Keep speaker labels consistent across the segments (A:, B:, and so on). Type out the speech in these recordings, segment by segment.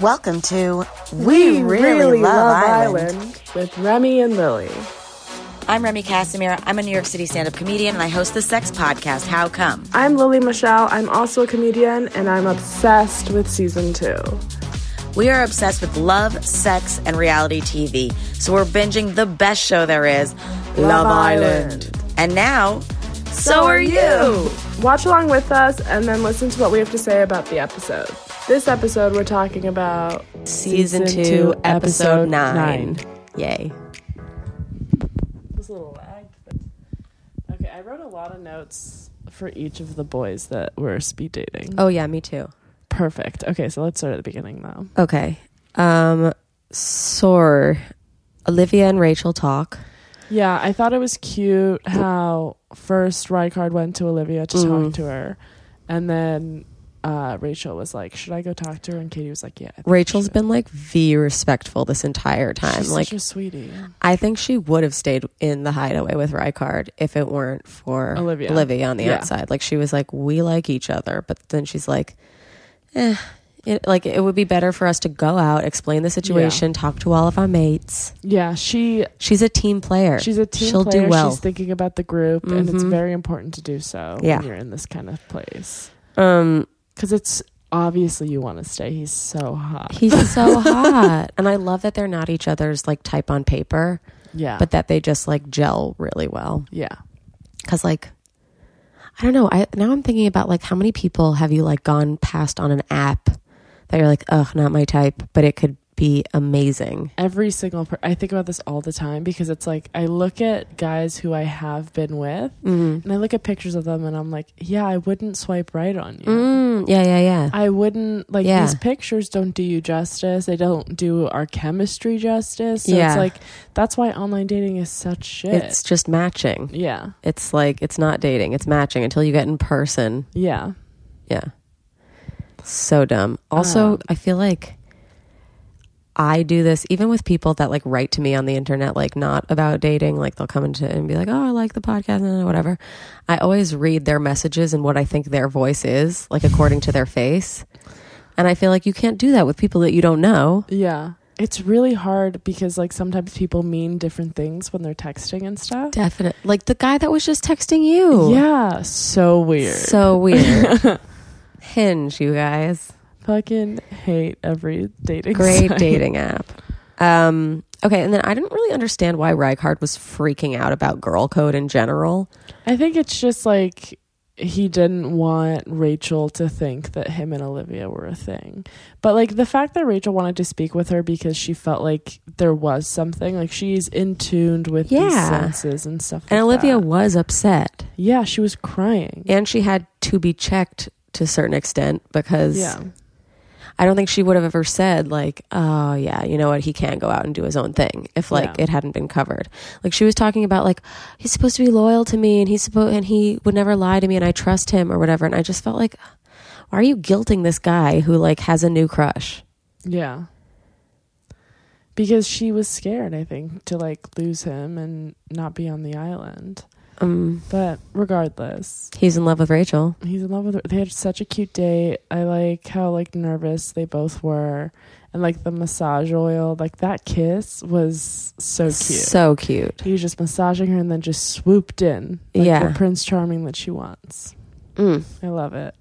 A: Welcome to We, really, Love, Island.
B: with Remy and Lily.
A: I'm Remy Casimir. I'm a New York City stand up comedian and I host the sex podcast, How Come?
B: I'm Lily Michelle. I'm also a comedian and I'm obsessed with season two.
A: We are obsessed with love, sex, and reality TV. So we're binging the best show there is, Love, Island. And now, so are you.
B: Watch along with us and then listen to what we have to say about the episode. This episode, we're talking about
C: Season
B: Season
C: two,
B: two,
C: episode
B: episode
C: nine.
B: nine.
C: Yay.
B: This little lag. But... Okay, I wrote a lot of notes for each of the boys that were speed dating.
C: Oh yeah, me too.
B: Perfect. Okay, so let's start at the beginning though.
C: Okay. Um Sor Olivia and Rachel talk.
B: Yeah, I thought it was cute how first Rykard went to Olivia to
C: Mm.
B: talk to her, and then uh, Rachel was like, "Should I go talk to her?" And Katie was like, "Yeah." I think you
C: Rachel's
B: should."
C: been like v respectful this entire time.
B: She's
C: like
B: such a sweetie.
C: I think she would have stayed in the hideaway with Rykard if it weren't for
B: Olivia.
C: on the
B: Yeah.
C: outside. Like she was like, we like each other, but then she's like, eh, it, like it would be better for us to go out, explain the situation, talk to all of our mates.
B: Yeah, she
C: She's a team player.
B: she's a team
C: er, She'll
B: player.
C: do well.
B: She's thinking about the group, and it's
C: Mhm.
B: very important to do so
C: Yeah.
B: when you're in this kind of place
C: um,
B: because it's obviously you want to stay. He's so hot.
C: He's so hot. And I love that they're not each other's like type on paper,
B: yeah,
C: but that they just like gel really well.
B: yeah,
C: Cause like, I don't know. I now I'm thinking about like how many people have you like gone past on an app that you're like, ugh, not my type, but it could be amazing.
B: every single. Per- I think about this all the time because it's like I look at guys who I have been with.
C: Mm.
B: And I look at pictures of them and I'm like, yeah, I wouldn't swipe right on you.
C: Mm, yeah, yeah, yeah.
B: I wouldn't like
C: Yeah.
B: these pictures don't do you justice. They don't do our chemistry justice. So
C: Yeah.
B: it's like that's why online dating is such shit.
C: It's just matching.
B: yeah.
C: It's like it's not dating. It's matching until you get in person.
B: Yeah.
C: Yeah. So dumb. Also,
B: Um,
C: I feel like I do this even with people that like write to me on the internet, like not about dating. Like they'll come into and be like, "Oh, I like the podcast and whatever." I always read their messages and what I think their voice is, like according to their face. And I feel like you can't do that with people that you don't know.
B: Yeah. It's really hard because like sometimes people mean different things when they're texting and stuff.
C: Definitely, like the guy that was just texting you.
B: Yeah. So weird.
C: so weird. Hinge, you guys.
B: Fucking hate every dating
C: great
B: site.
C: dating app. Um, okay, and then I didn't really understand why Reichard was freaking out about girl code in general.
B: I think it's just like he didn't want Rachel to think that him and Olivia were a thing. But like the fact that Rachel wanted to speak with her because she felt like there was something, like she's in tuned with these
C: Yeah.
B: senses and stuff.
C: And
B: like
C: Olivia
B: that.
C: was upset,
B: yeah, she was crying.
C: and she had to be checked to a certain extent because
B: Yeah,
C: I don't think she would have ever said like, "Oh yeah, you know what? He can go out and do his own thing." If like
B: Yeah.
C: it hadn't been covered, like she was talking about like he's supposed to be loyal to me, and he's supposed and he would never lie to me, and I trust him or whatever. And I just felt like, why are you guilting this guy who like has a new crush?
B: yeah. Because she was scared, I think, to like lose him and not be on the island.
C: Um,
B: But regardless,
C: He's in love with Rachel.
B: he's in love with her. They had such a cute date. I like how like nervous they both were, and like the massage oil, like that kiss was so cute.
C: So cute.
B: he was just massaging her and then just swooped in, like
C: Yeah.
B: the Prince Charming that she wants.
C: Mm.
B: I love it.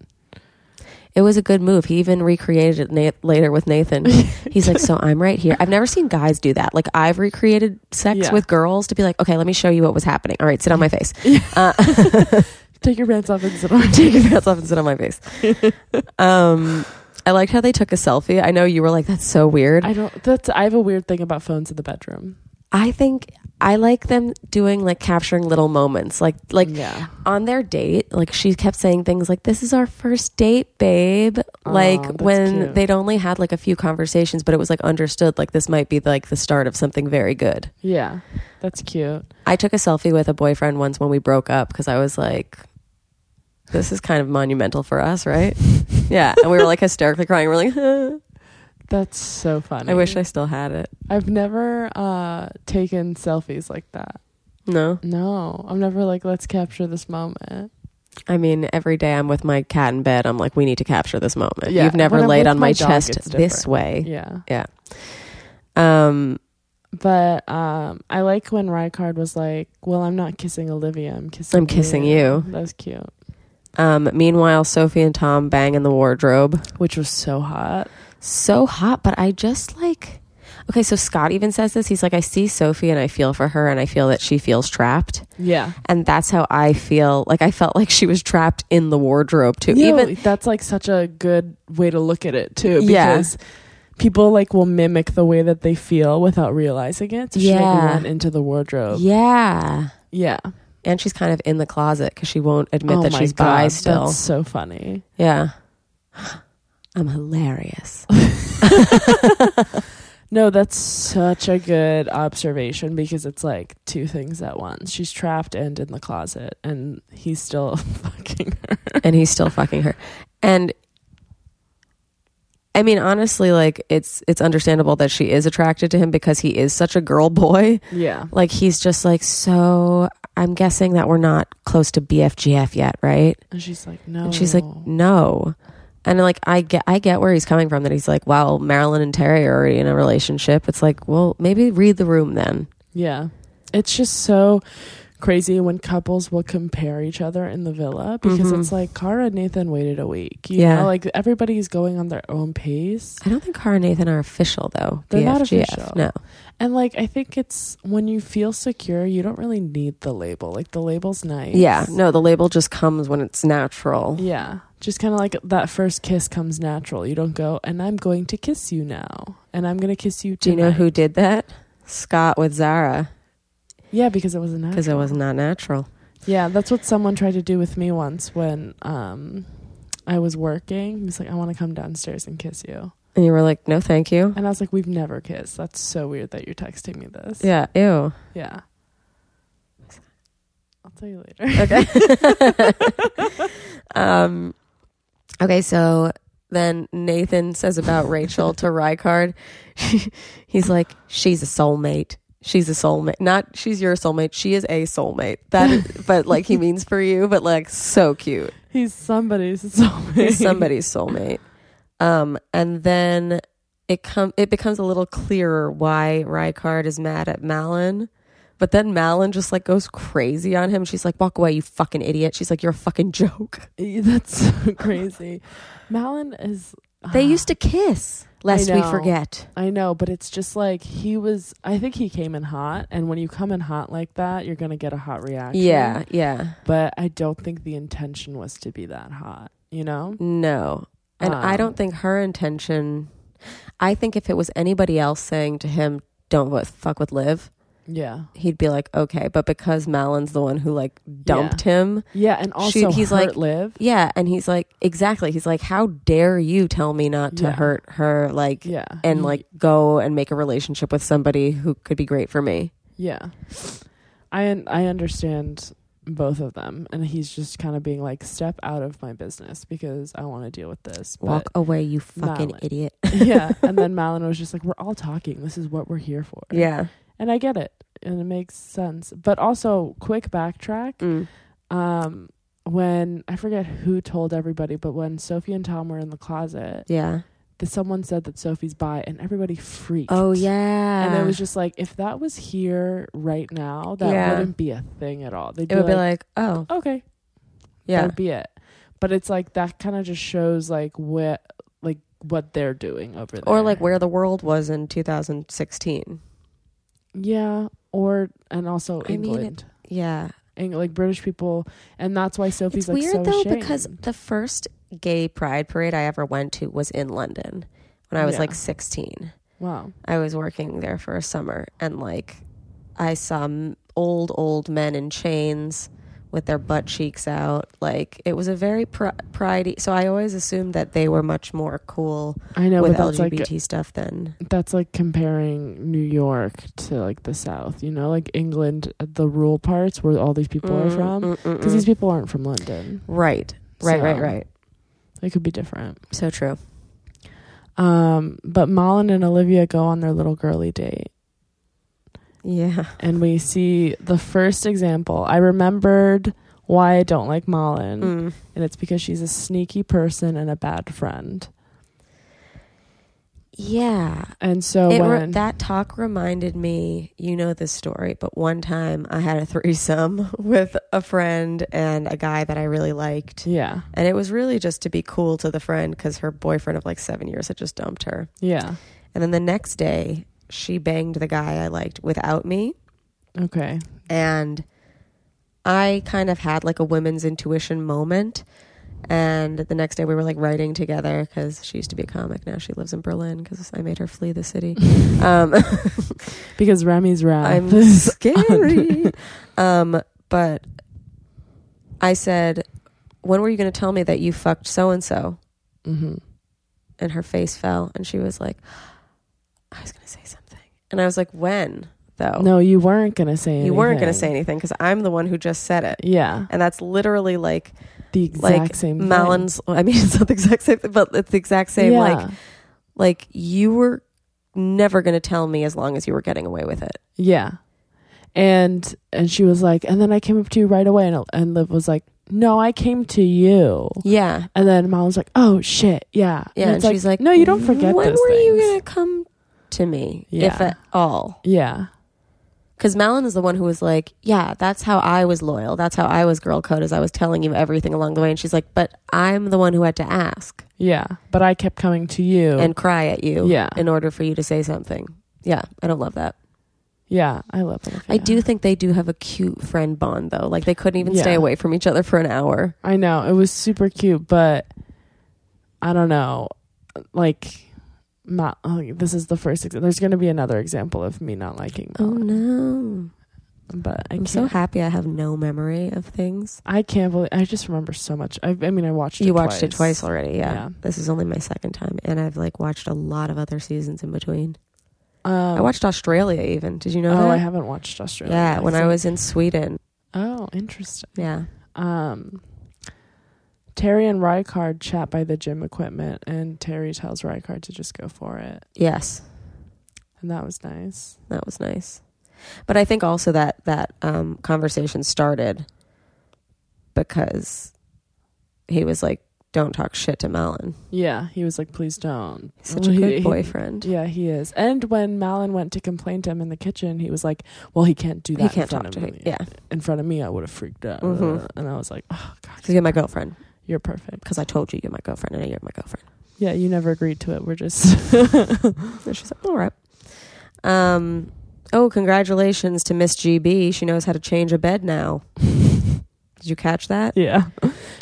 C: It was a good move. He even recreated it na- later with Nathan. Mm-hmm. He's like, So I'm right here. I've never seen guys do that. Like, I've recreated sex
B: Yeah.
C: with girls to be like, Okay, let me show you what was happening. All right, sit on my face. Uh,
B: Take your pants off and sit on.
C: take your pants off and sit on my face. Um, I liked how they took a selfie. I know you were like, That's so weird.
B: I don't. That's. I have a weird thing about phones in the bedroom.
C: I think I like them doing like capturing little moments. Like, like,
B: yeah,
C: on their date, like she kept saying things like, This is our first date, babe.
B: Aw,
C: like
B: that's
C: when
B: cute.
C: they'd only had like a few conversations, but it was like understood, like this might be like the start of something very good.
B: yeah, that's cute.
C: I took a selfie with a boyfriend once when we broke up because I was like, This is kind of monumental for us, right? yeah. And we were like hysterically crying. We're like, "Huh."
B: That's so funny.
C: I wish I still had it.
B: I've never uh taken selfies like that.
C: No.
B: No, I'm never like let's capture this moment.
C: I mean, every day I'm with my cat in bed. I'm like, we need to capture this moment.
B: Yeah,
C: You've never
B: when I'm
C: laid
B: with
C: on my,
B: my dog, it's
C: chest this
B: different.
C: way.
B: Yeah.
C: Yeah. Um,
B: But um, I like when Rycard was like, "Well, I'm not kissing Olivia. I'm kissing.
C: I'm kissing you.
B: That was cute,
C: um, meanwhile, Sophie and Tom bang in the wardrobe.
B: which was so hot.
C: So hot, but I just like. Okay, so Scott even says this. He's like, I see Sophie and I feel for her and I feel that she feels trapped.
B: Yeah.
C: And that's how I feel. Like, I felt like she was trapped in the wardrobe too.
B: No,
C: even
B: that's like such a good way to look at it too.
C: Yeah.
B: Because people like will mimic the way that they feel without realizing it. So She
C: Yeah.
B: like went into the wardrobe.
C: Yeah.
B: Yeah.
C: And she's kind of in the closet because she won't admit
B: Oh
C: that
B: my
C: she's bi
B: God,
C: still.
B: That's so funny.
C: Yeah. I'm hilarious.
B: No, that's such a good observation because it's like two things at once. She's trapped and in the closet, and he's still fucking her.
C: and he's still fucking her. And I mean, honestly, like it's it's understandable that she is attracted to him because he is such a girl boy.
B: Yeah.
C: Like he's just like so I'm guessing that we're not close to BFGF yet, right?
B: And she's like, no.
C: And she's like,
B: Oh.
C: No. And like I get I get where he's coming from that he's like, Wow, Marilyn and Terry are already in a relationship. It's like, well, maybe read the room then.
B: Yeah. It's just so crazy when couples will compare each other in the villa because
C: Mhm.
B: it's like Cara and Nathan waited a week. You
C: Yeah.
B: know, like everybody's going on their own pace.
C: I don't think Cara and Nathan are official though.
B: They're not
C: BFGF,
B: official.
C: No.
B: And like I think it's when you feel secure, you don't really need the label. Like the label's nice.
C: Yeah, no, the label just comes when it's natural.
B: Yeah. Just kind of like that first kiss comes natural. You don't go, and I'm going to kiss you now. And I'm going to kiss you
C: Do you
B: tonight.
C: know who did that? Scott with Zara
B: Yeah, because it wasn't
C: because it was not natural.
B: Yeah, that's what someone tried to do with me once when um I was working. He was like, I want to come downstairs and kiss you.
C: And you were like, no, thank you.
B: And I was like, We've never kissed. That's so weird that you're texting me this.
C: Yeah, ew.
B: Yeah. I'll tell you later.
C: Okay. um, okay, so then Nathan says about Rachel to Rycard. He's like, she's a soulmate. She's a soulmate. Not she's your soulmate. She is a soulmate. That, is, but like he means for you. But like, so cute.
B: He's somebody's soulmate.
C: He's somebody's soulmate. Um, and then it come it becomes a little clearer why Rycard is mad at Malin. But then Malin just like goes crazy on him. She's like, "Walk away, you fucking idiot." She's like, "You're a fucking joke."
B: That's so crazy. Malin is.
C: They used to kiss, lest we
B: know.
C: forget.
B: I know, but it's just like he was. I think he came in hot, and when you come in hot like that, you're gonna get a hot reaction.
C: Yeah, yeah.
B: but I don't think the intention was to be that hot, you know?
C: No. And I
B: Um,
C: don't think her intention I think if it was anybody else saying to him, "Don't fu- fuck with Liv,"
B: Yeah.
C: he'd be like, "Okay." But because Malin's the one who like dumped him,
B: Yeah, and
C: She-
B: also
C: he's
B: he's hurt
C: like-
B: like live.
C: Yeah, and he's like, exactly. He's like, how dare you tell me not to
B: Yeah.
C: hurt her, like,
B: Yeah.
C: and like go and make a relationship with somebody who could be great for me.
B: Yeah. I un- I understand both of them and he's just kind of being like step out of my business because I want to deal with this.
C: Walk away, you fucking
B: Malin.
C: idiot.
B: But- yeah, and then Malin was just like we're all talking. This is what we're here for.
C: Yeah.
B: And I get it. And it makes sense. But also quick backtrack.
C: Mm.
B: Um when I forget who told everybody, but when Sophie and Tom were in the closet,
C: Yeah.
B: that someone said that Sophie's bi and everybody freaked.
C: Oh yeah.
B: And it was just like if that was here right now, that
C: Yeah.
B: wouldn't be a thing at all. They'd
C: it
B: be,
C: would be
B: like,
C: like, oh
B: okay,
C: yeah,
B: that'd be it. But it's like that kind of just shows like what like what they're doing over there,
C: or like where the world was in 2016.
B: yeah, or and also
C: I mean, it-
B: England,
C: Yeah.
B: Eng- like British people, and that's why Sophie's
C: it's
B: like
C: weird
B: so
C: though
B: ashamed.
C: because the first gay pride parade I ever went to was in London when I was
B: Yeah.
C: like 16.
B: wow,
C: I was working there for a summer and like I saw m- old old men in chains with their butt cheeks out like it was a very pr- pridey so I always assumed that they were much more cool
B: I know,
C: with
B: but that's like
C: LGBT stuff than
B: that's like comparing New York to like the South, you know, like England, uh, the rural parts where all these people are
C: Mm,
B: from.
C: mm, mm,
B: Because these
C: mm.
B: people aren't from London.
C: right right
B: So,
C: right right
B: They could be different.
C: so true
B: Um, but Malin and Olivia go on their little girly date.
C: yeah
B: And we see the first example. I remembered why I don't like Malin,
C: Mm.
B: and it's because she's a sneaky person and a bad friend.
C: Yeah.
B: And so
C: It re-
B: when
C: that talk reminded me, you know this story, but one time I had a threesome with a friend and a guy that I really liked.
B: yeah,
C: And it was really just to be cool to the friend because her boyfriend of like seven years had just dumped her.
B: yeah,
C: And then the next day, she banged the guy I liked without me.
B: okay,
C: And I kind of had like a women's intuition moment. And the next day, we were like writing together because she used to be a comic. Now she lives in Berlin because I made her flee the city. Um,
B: because Remy's wrath.
C: I'm
B: is-
C: scary. um, but I said, When were you going to tell me that you fucked so and so? Mm-hmm.
B: Mhm.
C: And her face fell, and she was like, I was going to say something. And I was like, When, though?
B: Oh. No, you weren't gonna say. Anything.
C: you weren't going to say anything because I'm the one who just said it.
B: Yeah,
C: And that's literally like,
B: the exact
C: like
B: same. thing.
C: Malin's. I mean, it's not the exact same, but it's the exact same.
B: Yeah.
C: Like, like you were never going to tell me as long as you were getting away with it.
B: Yeah. And and she was like, and then I came up to you right away, and and Liv was like, no, I came to you.
C: Yeah.
B: And then mom was like, oh shit, yeah,
C: Yeah,
B: it's
C: and she's like,
B: no, you don't forget.
C: When
B: those
C: were you
B: things."
C: gonna come to me, if
B: Yeah.
C: at all?
B: Yeah,
C: Because Malin is the one who was like, "Yeah, that's how I was loyal. That's how I was girl code. Is I was telling you everything along the way." And she's like, "But I'm the one who had to ask
B: yeah. But I kept coming to you,
C: and cry at you,
B: Oh. Yeah.
C: in order for you to say something." Yeah, I don't love that.
B: yeah, I love Olivia.
C: I do think they do have a cute friend bond though. Like they couldn't even
B: Yeah.
C: stay away from each other for an hour.
B: I know it was super cute, but I don't know, like. Ma oh, this is the first. Ex- there's going to be another example of me not liking
C: Oh
B: Malin,
C: no!
B: but I
C: I'm
B: can't.
C: so happy I have no memory of things.
B: I can't believe. I just remember so much. I, I mean, I watched.
C: you
B: it
C: watched it
B: twice.
C: twice already, yeah.
B: Yeah.
C: This is only my second time, and I've like watched a lot of other seasons in between.
B: Um,
C: I watched Australia even. Did you know
B: oh,
C: that?
B: I haven't watched Australia.
C: Yeah, when I
B: think-
C: was in Sweden.
B: Oh, interesting.
C: Yeah.
B: Um, Terry and Rykard chat by the gym equipment, and Terry tells Rykard to just go for it,
C: Yes,
B: and that was nice.
C: that was nice. But I think also that that um, conversation started because he was like, "Don't talk shit to Malin.
B: Yeah, he was like, "Please don't."
C: He's such a
B: He-
C: good
B: he-
C: boyfriend.
B: yeah, he is. And when Malin went to complain to him in the kitchen, he was like, "Well, he can't do that.
C: He
B: in
C: can't
B: front of
C: talk to him.
B: me.
C: Yeah,
B: in front of me, I would have freaked out."
C: Mhm.
B: And I was like, "Oh God,
C: because you're my girlfriend.
B: you're perfect."
C: Because I told you you're my girlfriend, and you're my girlfriend."
B: Yeah, you never agreed to it. We're just
C: And she's like, "All right." Um. Oh, congratulations to Miss GB. She knows how to change a bed now. Did you catch that?
B: yeah.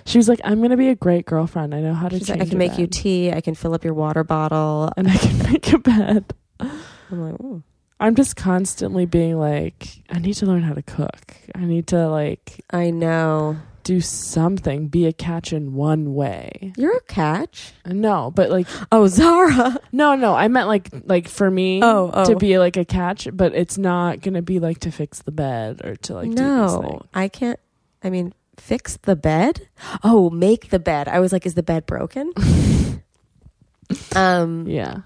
B: She was like, "I'm gonna be a great girlfriend. I know how to
C: She's
B: change
C: like, I
B: a
C: can make you
B: bed."
C: tea. I can fill up your water bottle.
B: and I can make a bed."
C: I'm like, ooh.
B: I'm just constantly being like, I need to learn how to cook. I need to like
C: I know.
B: do something, be a catch in one way.
C: You're a catch.
B: No, but like
C: Oh, Zara.
B: no, no, I meant like like for me
C: Oh, oh.
B: to be like a catch, but it's not gonna be like to fix the bed or to like do these
C: no,
B: things.
C: I can't. I mean, fix the bed. Oh, make the bed. I was like, is the bed broken? um.
B: Yeah.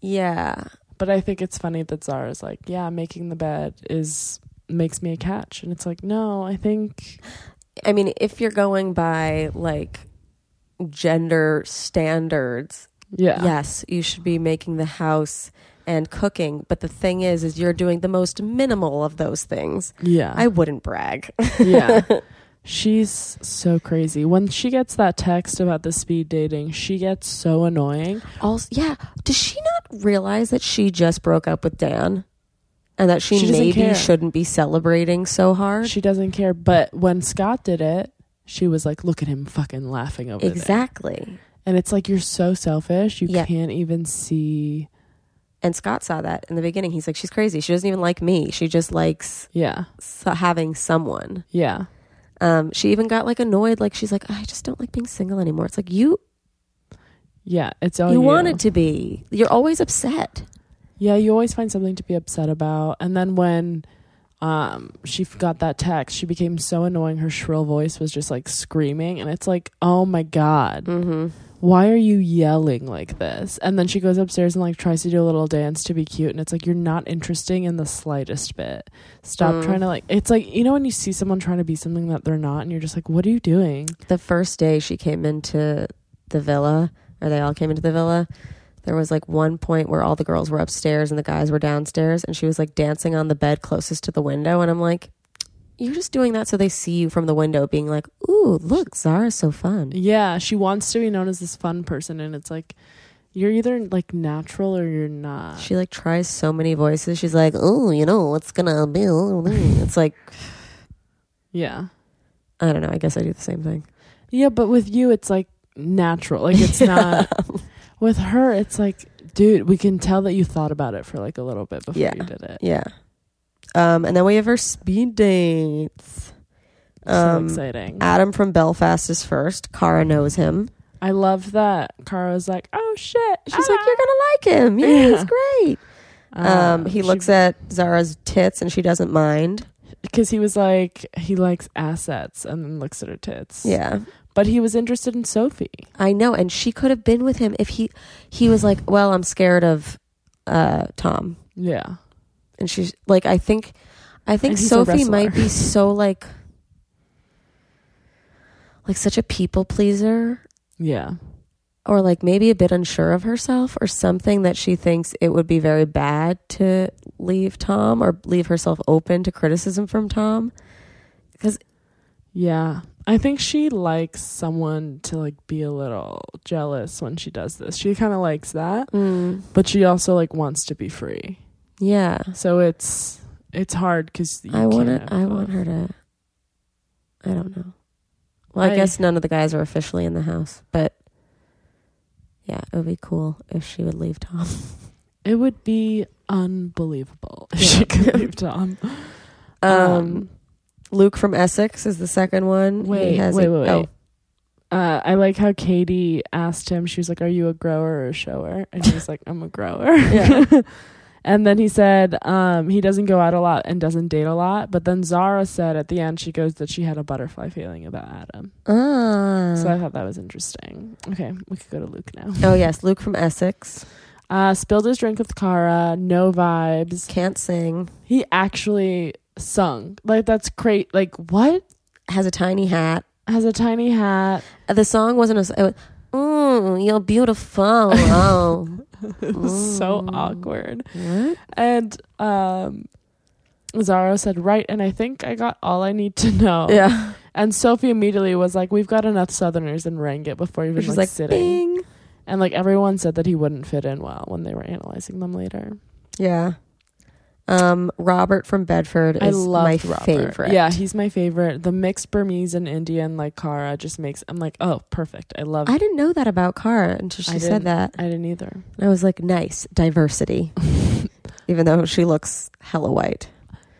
C: Yeah.
B: But I think it's funny that Zara's like, Yeah, making the bed is makes me a catch and it's like, No, I think
C: I mean, if you're going by like gender standards,
B: yeah.
C: yes, you should be making the house and cooking. But the thing is, is you're doing the most minimal of those things.
B: Yeah.
C: I wouldn't brag.
B: yeah. She's so crazy. When she gets that text about the speed dating, she gets so annoying.
C: Also, yeah, does she not realize that she just broke up with Dan and that she,
B: She doesn't
C: maybe
B: care.
C: shouldn't be celebrating so hard?
B: She doesn't care. But when Scott did it, she was like, look at him fucking laughing over there.
C: exactly.
B: And it's like, you're so selfish. You
C: Yeah.
B: can't even see.
C: And Scott saw that in the beginning. He's like, she's crazy. She doesn't even like me. She just likes
B: Yeah.
C: so- having someone.
B: Yeah.
C: Um, she even got like annoyed. Like she's like, I just don't like being single anymore. It's like you
B: Oh, Yeah. It's all
C: you
B: you,
C: wanted to be. You're always upset.
B: Yeah. You always find something to be upset about. And then when. Um, she f- got that text. She became so annoying. Her shrill voice was just like screaming, and it's like, oh my god,
C: Mm-hmm.
B: why are you yelling like this? And then she goes upstairs and like tries to do a little dance to be cute. And it's like, you're not interesting in the slightest bit. Stop trying to like, it's like, you know, when you see someone trying to be something that they're not and you're just like, what are you doing?
C: the first day she came into the villa, or they all came into the villa, there was like one point where all the girls were upstairs and the guys were downstairs, and she was like dancing on the bed closest to the window. And I'm like, you're just doing that so they see you from the window, being like, ooh, look, Zara's so fun.
B: Yeah. She wants to be known as this fun person. And it's like, you're either like natural or you're not.
C: She like tries so many voices. She's like, oh, you know, what's gonna be? It's like,
B: yeah.
C: I don't know. I guess I do the same thing.
B: Yeah. But with you, it's like natural. Like it's not, with her, it's like, dude, we can tell that you thought about it for like a little bit before
C: Yeah.
B: you did it.
C: Yeah. Um, and then we have our speed dates. Um,
B: so exciting.
C: Adam from Belfast is first. Kara knows him.
B: I love that Kara was like, "Oh shit!" Ah."
C: She's like, "You're gonna like him. Yeah, he's great." Um, he looks at Zara's tits and she doesn't mind.
B: because he was like, he likes assets, and then looks at her tits.
C: Yeah,
B: but he was interested in Sophie.
C: I know. And she could have been with him if he he was like, "Well, I'm scared of uh, Tom,"
B: Yeah,
C: and she's like, "I think, I think
B: And he's a
C: Sophie might
B: wrestler.
C: be so like, like such a people pleaser."
B: yeah,
C: or like maybe a bit unsure of herself or something that she thinks it would be very bad to leave Tom or leave herself open to criticism from Tom. Cuz
B: yeah. I think she likes someone to like be a little jealous when she does this. She kind of likes that, but she also like wants to be free.
C: yeah,
B: So it's it's hard because
C: I want to I want her to I don't know. Well, I,
B: I-
C: guess none of the guys are officially in the house, but yeah, it would be cool if she would leave Tom.
B: It would be unbelievable if she could leave Tom.
C: Um, Luke from Essex is the second one. He
B: Wait,
C: has
B: wait,
C: a-
B: wait, wait.
C: oh,
B: Uh, I like how Katie asked him, she was like, Are you a grower or a shower? And he was like, I'm a grower.
C: Yeah.
B: and then he said um, he doesn't go out a lot and doesn't date a lot. But then Zara said at the end, she goes that she had a butterfly feeling about Adam.
C: ah.
B: So I thought that was interesting. Okay, we could go to Luke now.
C: oh yes, Luke from Essex
B: Uh, spilled his drink with Kara, no vibes.
C: can't sing.
B: He actually sung. Like, that's great. Like, what?
C: has a tiny hat.
B: Has a tiny hat.
C: Uh, The song wasn't a. s- It was, mm, you're beautiful. Oh,
B: It was so awkward.
C: what?
B: And um, Zara said, Right, and I think I got all I need to know.
C: Yeah,
B: And Sophie immediately was like, We've got enough Southerners in Rangit before even
C: she's
B: like,
C: like,
B: sitting.
C: "Bing."
B: And like everyone said that he wouldn't fit in well when they were analyzing them later.
C: Yeah. Um, Robert from Bedford
B: I
C: is
B: love
C: my
B: Robert.
C: favorite.
B: Yeah, he's my favorite. The mixed Burmese and Indian like Kara just makes I'm like, oh, perfect. I love.
C: I didn't know that about Cara until she
B: I didn't-
C: said that.
B: I didn't either.
C: And I was like, nice diversity, even though she looks hella white.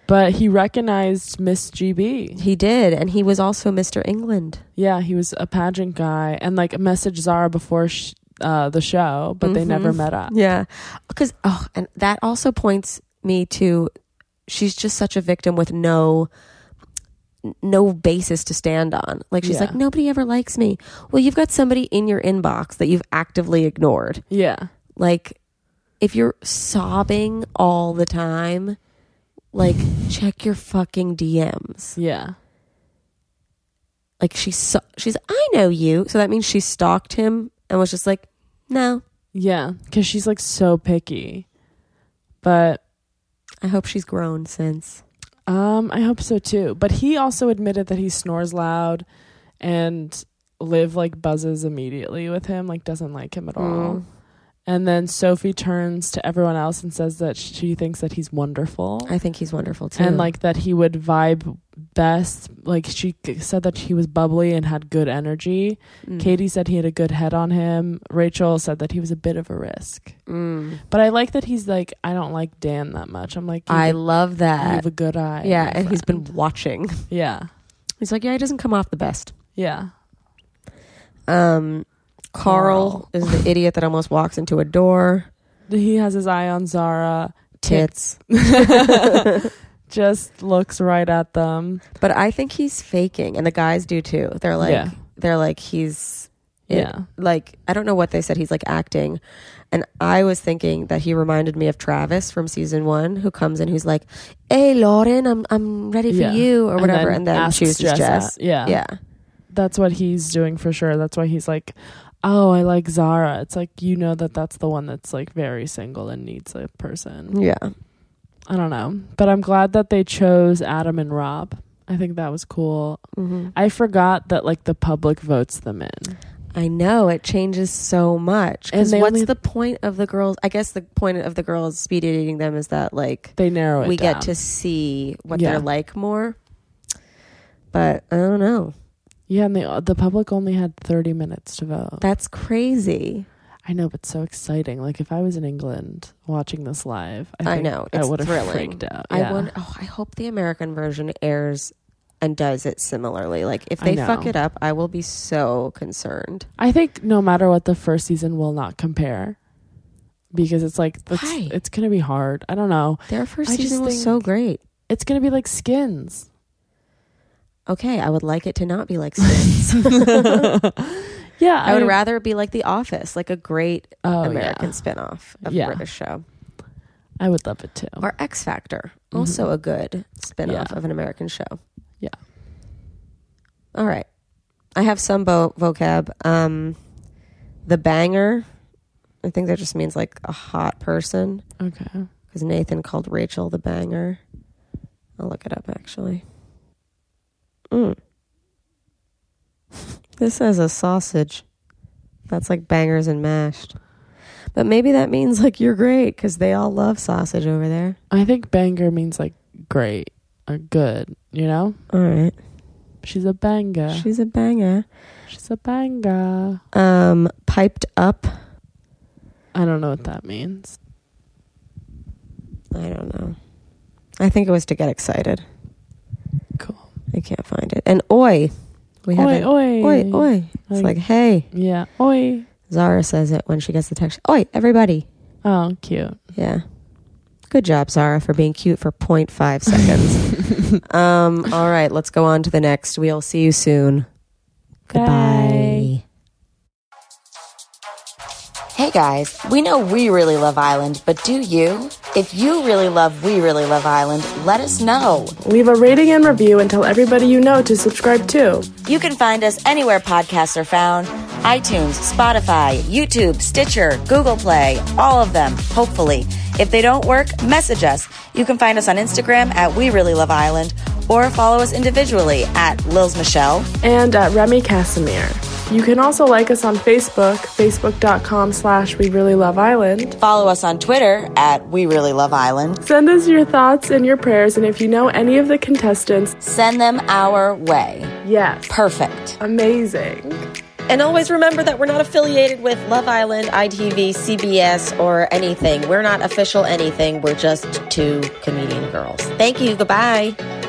B: But he recognized Miss GB.
C: He did, and he was also Mr. England.
B: Yeah, he was a pageant guy and like messaged Zara before sh- uh, the show, but they never
C: Mhm.
B: met up.
C: Yeah. Because, oh, and that also points me to she's just such a victim with no no basis to stand on. Like she's
B: Yeah.
C: like nobody ever likes me. Well, you've got somebody in your inbox that you've actively ignored.
B: Yeah.
C: Like if you're sobbing all the time, like check your fucking DMs.
B: Yeah.
C: Like she so- she's I know you. So that means she stalked him and was just like, "No,
B: Yeah. Because she's like so picky. But
C: I hope she's grown since."
B: um, I hope so too. But he also admitted that he snores loud and Liv like buzzes immediately with him, like doesn't like him at
C: Mm.
B: all. And then Sophie turns to everyone else and says that she thinks that he's wonderful.
C: I think he's wonderful too.
B: and like that he would vibe best like she g- said that he was bubbly and had good energy
C: Mm.
B: katie said he had a good head on him rachel said that he was a bit of a risk
C: Mm.
B: but i like that he's like i don't like dan that much i'm like you
C: I
B: have-
C: love
B: you
C: that.
B: have a good eye
C: yeah,
B: my
C: and he's been
B: friend.
C: watching.
B: yeah
C: He's like, yeah, he doesn't come off the best.
B: yeah
C: Um, Carl
B: Carl.
C: is the idiot that almost walks into a door.
B: he has his eye on zara
C: Tits.
B: just looks right at them
C: But I think he's faking, and the guys do too. They're like,
B: Yeah.
C: they're like, he's It-
B: Yeah.
C: Like, I don't know what they said. He's like acting. And I was thinking that he reminded me of Travis from season one, who comes in who's like, Hey, Lauren, I'm, I'm ready for
B: Yeah.
C: you,
B: And
C: or whatever.
B: then
C: And then,
B: asks
C: chooses Jess.
B: Jess out. Yeah.
C: Yeah.
B: That's what he's doing for sure. That's why he's like, oh, I like Zara. It's like, you know that that's the one that's like very single and needs a person.
C: Yeah.
B: I don't know. But I'm glad that they chose Adam and Rob. I think that was cool. I forgot that like the public votes them in.
C: I know it changes so much.
B: And
C: Because
B: they
C: what's
B: only-
C: the point of the girls? I guess the point of the girls speed dating them is that like
B: They narrow it
C: we
B: down.
C: get to see what
B: Yeah.
C: they're like more. But I don't know.
B: Yeah, and the the public only had 30 minutes to vote.
C: That's crazy.
B: I know, but so exciting. Like if I was in England watching this live, I,
C: I,
B: think
C: know. It's
B: I would have
C: thrilling.
B: freaked out.
C: I
B: Yeah.
C: want. Oh, I hope the American version airs and does it similarly. Like if
B: I
C: they
B: know.
C: fuck it up, I will be so concerned.
B: I think no matter what, the first season will not compare because it's like that's,
C: Why?
B: it's gonna be hard. I don't know.
C: Their first
B: I just
C: season was so
B: think-
C: great.
B: It's gonna be like Skins.
C: Okay, I would like it to not be like Skins.
B: Yeah,
C: I would rather it be like The Office, like a great
B: Oh,
C: American
B: yeah.
C: spinoff of
B: Yeah.
C: a British show,
B: I would love it too.
C: or X Factor, also a good spinoff
B: Mm-hmm. Yeah.
C: of an American show.
B: Yeah.
C: All right, I have some bo- vocab. Um, the banger, I think that just means like a hot person,
B: Okay.
C: because Nathan called Rachel the banger. I'll look it up actually. Mm. This says a sausage. That's like bangers and mashed. But maybe that means like you're great because they all love sausage over there.
B: I think banger means like great or good. You know,
C: All right.
B: she's a banger.
C: She's a banger.
B: She's a banger.
C: Um, piped up.
B: I don't know what that means.
C: I don't know. I think it was to get excited.
B: Cool.
C: I can't find it. And oi. We have
B: Oi,
C: an-
B: oi,
C: oi, oi. It's
B: Oi.
C: like, hey.
B: Yeah. Oi.
C: Zara says it when she gets the text. Oi, everybody.
B: Oh, cute.
C: Yeah. Good job, Zara, for being cute for 0.5 seconds. um, all right, let's go on to the next. We'll see you soon. Goodbye.
A: Hey guys, we know we really love Island, but do you? If you really love We Really Love Island, let us know.
B: Leave a rating and review and tell everybody you know to subscribe too.
A: You can find us anywhere podcasts are found iTunes, Spotify, YouTube, Stitcher, Google Play, all of them, hopefully. If they don't work, message us. You can find us on Instagram at We Really Love Island or follow us individually at Lils Michelle.
B: and at Remy Casimir. You can also like us on Facebook, facebook.com slash We Really Love Island.
A: Follow us on Twitter at We Really Love Island.
B: Send us your thoughts and your prayers, and if you know any of the contestants,
A: Send them our way.
B: yes,
A: Perfect.
B: amazing.
A: And always remember that we're not affiliated with Love Island, ITV, CBS, or anything. We're not official anything. We're just two comedian girls. Thank you. Goodbye.